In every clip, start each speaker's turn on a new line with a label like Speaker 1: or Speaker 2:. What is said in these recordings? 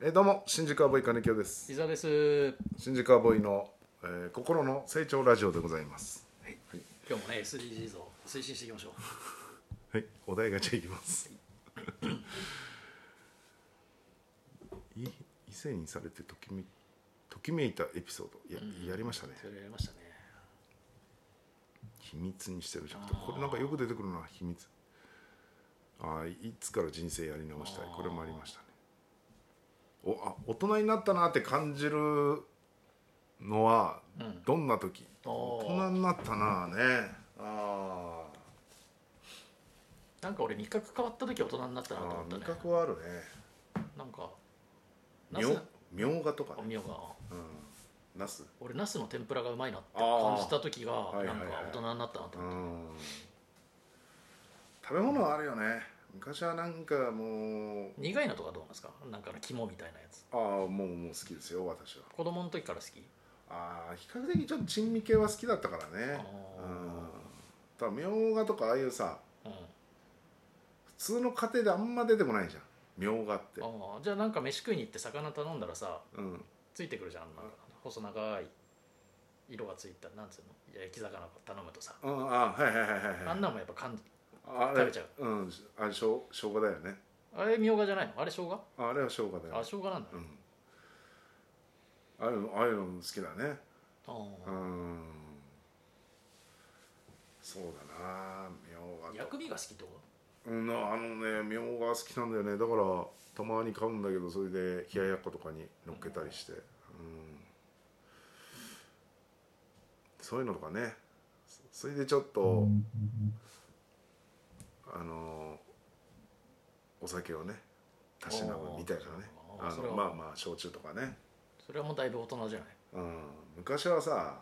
Speaker 1: えーどうも新宿アボイ金城です
Speaker 2: 伊沢です
Speaker 1: 新宿アボイの、えー心の成長ラジオでございます
Speaker 2: 今日もね SDGs を推進していきましょ
Speaker 1: はいお題ガチャいきますい異性にされてときめときめいたエピソードいや、やりましたね
Speaker 2: うそれやりましたね
Speaker 1: 秘密にしてるじゃなくてこれなんかよく出てくるな秘密ああいいつから人生やり直したいこれもありましたねおあ大人になったなって感じるのは
Speaker 2: うん
Speaker 1: どんな時、
Speaker 2: あー
Speaker 1: 大人になったなねあ
Speaker 2: なんか俺味覚変わった時大人になった
Speaker 1: ー
Speaker 2: なと思
Speaker 1: あ
Speaker 2: っ
Speaker 1: ー
Speaker 2: た
Speaker 1: 味
Speaker 2: ね
Speaker 1: 覚はあるね
Speaker 2: なんかナ
Speaker 1: み
Speaker 2: ス
Speaker 1: ょみょうがとか
Speaker 2: あ
Speaker 1: ね
Speaker 2: みょうが
Speaker 1: うんなす
Speaker 2: 俺ナスの天ぷらがうまいなって
Speaker 1: あー
Speaker 2: 感じた時が
Speaker 1: いは
Speaker 2: ないん
Speaker 1: はい
Speaker 2: か大人になったなと
Speaker 1: う
Speaker 2: 思って
Speaker 1: ん食べ物はあるよね昔はなんかもう
Speaker 2: 苦いのとかどうなんですかなんかの肝みたいなやつ
Speaker 1: ああもうもう好きですよ私は
Speaker 2: 子供の時から好き
Speaker 1: ああ比較的ちょっと珍味系は好きだったからね
Speaker 2: あ
Speaker 1: う
Speaker 2: ー
Speaker 1: んただみょうがとかああいうさ
Speaker 2: うんあ
Speaker 1: 普通の家庭であんま出てこないじゃんみょうがって
Speaker 2: ーじゃあなんか飯食いに行って魚頼んだらさ
Speaker 1: うん
Speaker 2: ついてくるじゃんあんな細長い色がついたなんつうの焼き魚頼むとさ
Speaker 1: うんああはいはいはいはい
Speaker 2: あ
Speaker 1: はい
Speaker 2: んなもんやっぱ感じ
Speaker 1: あれ
Speaker 2: 食べちゃ
Speaker 1: うんあれしょう生姜だよね
Speaker 2: あれみょうがじゃないのあれ生姜
Speaker 1: あれは生姜だ
Speaker 2: あ
Speaker 1: よ
Speaker 2: 生姜なんだ
Speaker 1: うんああいうのああいうの好きだね
Speaker 2: あ
Speaker 1: う
Speaker 2: ー
Speaker 1: んそうだなみょうがと
Speaker 2: 薬味が好きってこ
Speaker 1: うん、あのねみょうが好きなんだよねだからたまに買うんだけどそれで冷ややっことかに乗っけたりして、うん、そういうのとかねそそれでちょっとあのお酒をねたしなむみたいなね
Speaker 2: おー
Speaker 1: あ
Speaker 2: それ
Speaker 1: の
Speaker 2: は
Speaker 1: まあまあ焼酎とかね、
Speaker 2: とそれはもうだいぶ大人じゃない
Speaker 1: うん、昔はさ、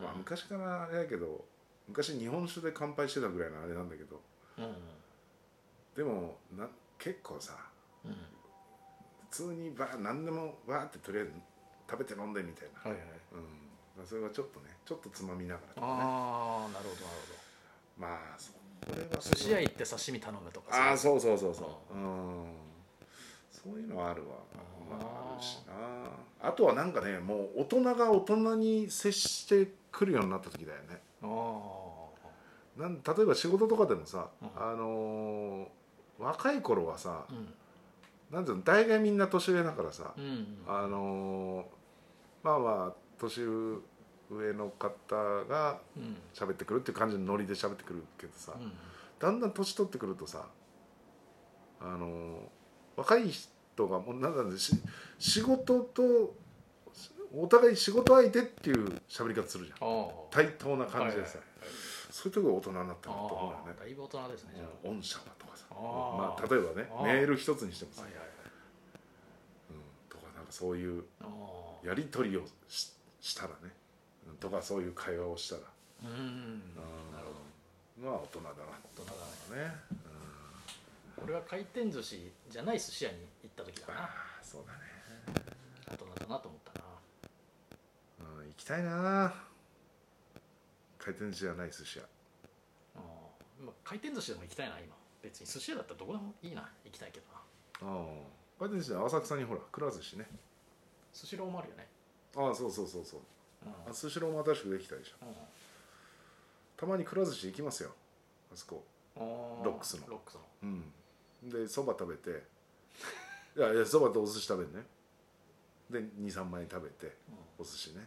Speaker 1: まあ
Speaker 2: う、ん
Speaker 1: 昔からあれやけど昔日本酒で乾杯してたぐらいのあれなんだけど
Speaker 2: うん
Speaker 1: でもな結構さ
Speaker 2: うんうん
Speaker 1: 普通にバー何でもバーってとりあえず食べて飲んでみたいな、
Speaker 2: はいはい
Speaker 1: うんまあ、それはちょっとねちょっとつまみながらとかね
Speaker 2: ああなるほどなる
Speaker 1: まあそこれは
Speaker 2: ほど寿司屋行って刺身頼むとか
Speaker 1: ああ
Speaker 2: さ
Speaker 1: そうそうそうそううんそういうのはあるわ
Speaker 2: あー
Speaker 1: まあ、あるしなあとはなんかねもう大人が大人に接してくるようになった時だよね
Speaker 2: あー
Speaker 1: なん例えば仕事とかでもさ、
Speaker 2: うん
Speaker 1: あのー若い頃はさ
Speaker 2: うん
Speaker 1: なんていうの大概みんな年上だからさ、
Speaker 2: うんうん
Speaker 1: あのーまあまあ年上の方が
Speaker 2: うん
Speaker 1: 喋ってくるっていう感じのノリで喋ってくるけどさ、
Speaker 2: うん
Speaker 1: だんだん年取ってくるとさあのー若い人がもうなんだろうねし仕事としお互い仕事相手っていう喋り方するじゃん
Speaker 2: あー
Speaker 1: 対等な感じでさ、
Speaker 2: はいはいはい
Speaker 1: そういうとこが大人になった
Speaker 2: あ
Speaker 1: なと思うよ
Speaker 2: ーだいぶ大人ですねじゃ
Speaker 1: ね御社はとかさ
Speaker 2: あー
Speaker 1: まあ、例えばね
Speaker 2: あー
Speaker 1: メール一つにしても
Speaker 2: あ
Speaker 1: さ、
Speaker 2: はいはいはい
Speaker 1: うん、とかなんかそういう
Speaker 2: あ
Speaker 1: やり取りをししたらねうんとかそういう会話をしたら、
Speaker 2: ーうん
Speaker 1: うん
Speaker 2: なるほ
Speaker 1: まあ大人だな
Speaker 2: ど大人だね
Speaker 1: とね、
Speaker 2: 俺は回転寿司じゃない寿司屋に行った時だ
Speaker 1: うん、あ
Speaker 2: な
Speaker 1: あそうだね、
Speaker 2: 大人だなと思ったな
Speaker 1: うん、行きたいな回転寿司じゃない寿司屋
Speaker 2: あーまあ、回転寿司でも行きたいな今別に寿司屋だったらどこでもいいな行きたいけどな
Speaker 1: ああ回転寿司は浅草にほらくら寿司ね
Speaker 2: 寿司ローもあるよね
Speaker 1: ああそうそうそうそう
Speaker 2: うん、
Speaker 1: あスシローも新しくできたでしょ
Speaker 2: うん
Speaker 1: たまにくら寿司行きますよあそこ
Speaker 2: あー
Speaker 1: ロックスの
Speaker 2: ロックスの
Speaker 1: うんでそば食べて いやいやそばとお寿司食べるねで23枚食べて
Speaker 2: うん
Speaker 1: お寿司ね、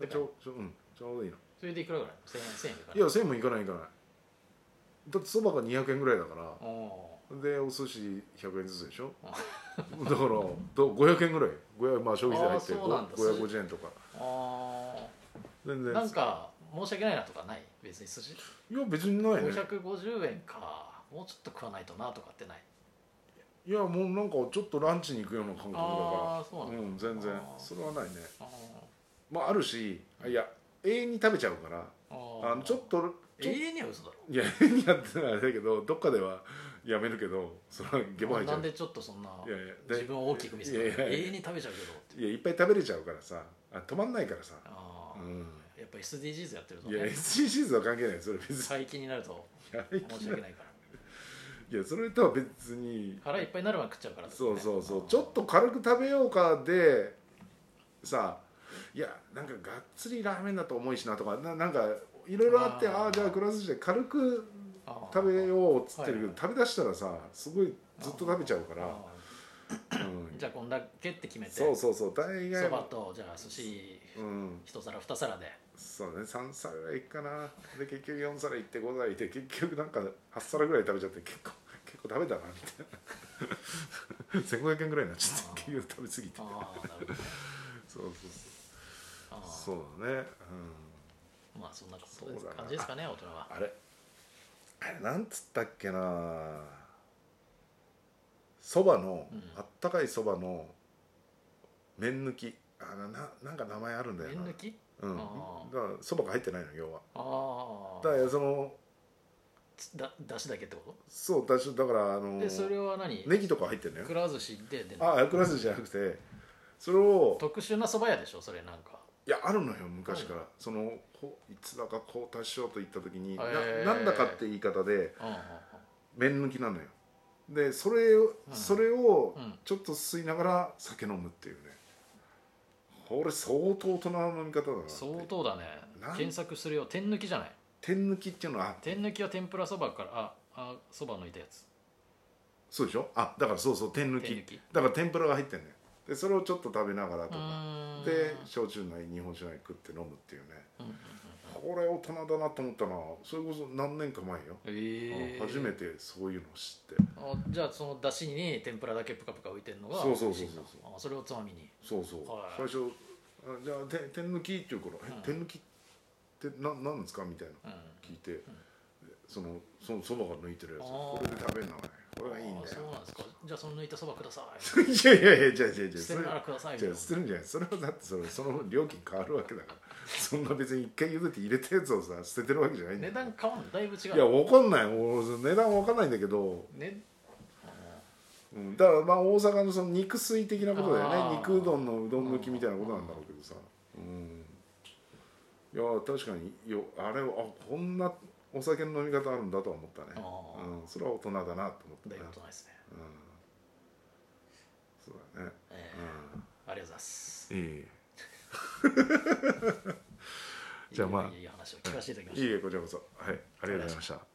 Speaker 2: うん
Speaker 1: ちょちょうん、ちょうどいいの
Speaker 2: それでいくらぐらい1000円1000円いかない
Speaker 1: いや1000もいかないいかないだってそばが200円ぐらいだから
Speaker 2: おお
Speaker 1: でお寿司100円ずつでしょ
Speaker 2: あ
Speaker 1: だからど500円ぐらい500まあ消費税入って
Speaker 2: あーそうなんだ
Speaker 1: ご550円とか
Speaker 2: ーあ
Speaker 1: 全
Speaker 2: ー
Speaker 1: 然
Speaker 2: なんか申し訳ないなとかない別に寿司
Speaker 1: いや別にないね
Speaker 2: 550円かもうちょっと食わないとなとかってない
Speaker 1: いやもうなんかちょっとランチに行くような感覚だか
Speaker 2: ああーそう
Speaker 1: ら
Speaker 2: な
Speaker 1: うん
Speaker 2: だ、
Speaker 1: ん全然
Speaker 2: あー
Speaker 1: それはないね
Speaker 2: あ
Speaker 1: まああるしあいや永遠に食べちゃうから
Speaker 2: ーあ
Speaker 1: あのちょっとちょ
Speaker 2: 永遠には嘘だろ
Speaker 1: いや永遠にやってないだけどどっかではやめるけどそれはゲボ入っちゃ
Speaker 2: な
Speaker 1: うん
Speaker 2: でちょっとそんない
Speaker 1: やいやで
Speaker 2: 自分を大きく見せ
Speaker 1: い
Speaker 2: る
Speaker 1: やいやいや
Speaker 2: 永遠に食べちゃうけどって
Speaker 1: いやいっぱい食べれちゃうからさあ止まんないからさ、
Speaker 2: あ
Speaker 1: う
Speaker 2: あ、
Speaker 1: ん、
Speaker 2: やっぱ SDGs やってると
Speaker 1: いや
Speaker 2: ね
Speaker 1: SDGs は関係ないそれ別に
Speaker 2: 最近になると
Speaker 1: やれ
Speaker 2: 申し訳ないから
Speaker 1: いやそれとは別に
Speaker 2: 腹いっぱいになるまで食っちゃうからです
Speaker 1: そ
Speaker 2: ね
Speaker 1: うそうそうちょっと軽く食べようかでさいやなんかがっつりラーメンだと重いしなとかななんかいろいろあって
Speaker 2: あー
Speaker 1: ああーじゃあグラスで軽く食べ
Speaker 2: う
Speaker 1: ようっつってるけど、
Speaker 2: はい
Speaker 1: 食べ出したらさすごいずっと食べちゃうから、うん
Speaker 2: じゃあこんだけって決めて
Speaker 1: そうそうそう大概
Speaker 2: そば
Speaker 1: は
Speaker 2: とじゃあ寿司
Speaker 1: うん
Speaker 2: 一皿二皿で
Speaker 1: そうね3皿ぐらいいっかなで結局4皿いって5皿いって結局なんか8皿ぐらい食べちゃって結構 結構食べたなみたいな 1500円ぐらいになっちゃって結局食べ過ぎて
Speaker 2: ああなるほどね
Speaker 1: そうそう
Speaker 2: ああ
Speaker 1: そうそうだね
Speaker 2: まあそんなことです
Speaker 1: そうだな
Speaker 2: 感じですかね大人は
Speaker 1: うんあれあれなんつったっけなそばの、
Speaker 2: うん
Speaker 1: あったかいそばの麺抜きあなななんか名前あるんだよな
Speaker 2: 麺抜き
Speaker 1: うん
Speaker 2: あー
Speaker 1: だからそばが入ってないの要は
Speaker 2: あ
Speaker 1: だからその
Speaker 2: あだだしだけってこ
Speaker 1: そうだしだからあ
Speaker 2: と
Speaker 1: の
Speaker 2: でそれは何
Speaker 1: ネギとか入ってるのよ
Speaker 2: くら寿司で出るの
Speaker 1: あクラスじゃなくてそれを
Speaker 2: 特殊な蕎麦屋でしょそれなんか
Speaker 1: いやあるのよ昔から、そのほいつだか交代しようと言った時に、な
Speaker 2: へー
Speaker 1: なんだかって言い方で
Speaker 2: うんうんうん
Speaker 1: 麺抜きなのよでそれを、それを
Speaker 2: うん
Speaker 1: ちょっと吸いながら酒飲むっていうねこれ相当大人の飲み方だなって
Speaker 2: 相当だね
Speaker 1: なん
Speaker 2: 検索するよ天抜きじゃない
Speaker 1: 天抜きっていうのはあ
Speaker 2: 天抜きは天ぷらそばからああそば抜いたやつ
Speaker 1: そうでしょあだからそうそう天抜き
Speaker 2: 天抜き
Speaker 1: だから天ぷらが入ってんのよでそれをちょっと食べながら
Speaker 2: う
Speaker 1: とか
Speaker 2: ーん
Speaker 1: で焼酎なり日本酒なり食って飲むっていうね
Speaker 2: うんうんうん
Speaker 1: これ大人だなと思ったなそれこそ何年か前よ、
Speaker 2: ええ
Speaker 1: 初めてそういうの知って
Speaker 2: あじゃあそのだしに天ぷらだけプカプカ浮いてるのが
Speaker 1: そうそうそうそう
Speaker 2: 美味しいんだあそれをつまみに
Speaker 1: そうそう
Speaker 2: はい
Speaker 1: 最初あ「じゃあて天抜き」って言うから「え
Speaker 2: うん
Speaker 1: 天抜きってななんですか?」みたいな
Speaker 2: うん
Speaker 1: 聞いて、そのそのそばが抜いてるやつ
Speaker 2: あー
Speaker 1: これで食べるのねこれがいいん
Speaker 2: あ
Speaker 1: だ
Speaker 2: そうなんですかじゃあその抜いたそばください
Speaker 1: よいやいやいやじゃあじゃあじゃあ
Speaker 2: 捨て
Speaker 1: それ
Speaker 2: るならくださいみ
Speaker 1: じゃ
Speaker 2: たいな
Speaker 1: あ捨てるんじゃないそれはだってそれその分料金変わるわけだから そんな別に一回茹でて入れたやつをさ捨ててるわけじゃないんだ
Speaker 2: 値
Speaker 1: よ
Speaker 2: 段変わんのだいぶ違
Speaker 1: いや
Speaker 2: う
Speaker 1: わかんない俺値段わかんないんだけど
Speaker 2: ね
Speaker 1: うん、だからまあ大阪のその肉水的なことだよ
Speaker 2: あ
Speaker 1: ね
Speaker 2: ー
Speaker 1: 肉うどんのうどん抜きみたいなことなんだろうけどさ、うん、いや確かによあれをあこんなお酒の飲み方あるんだとは思ったね、
Speaker 2: ああ
Speaker 1: うん、それは大人だなと思った
Speaker 2: だい
Speaker 1: ね
Speaker 2: ぶとないですね
Speaker 1: そうだね、
Speaker 2: え
Speaker 1: う
Speaker 2: えありがとうございます
Speaker 1: ん、い いじゃあまあ
Speaker 2: いいいい話を聞かせていただきました
Speaker 1: いいえこちらこそはいありがとうございました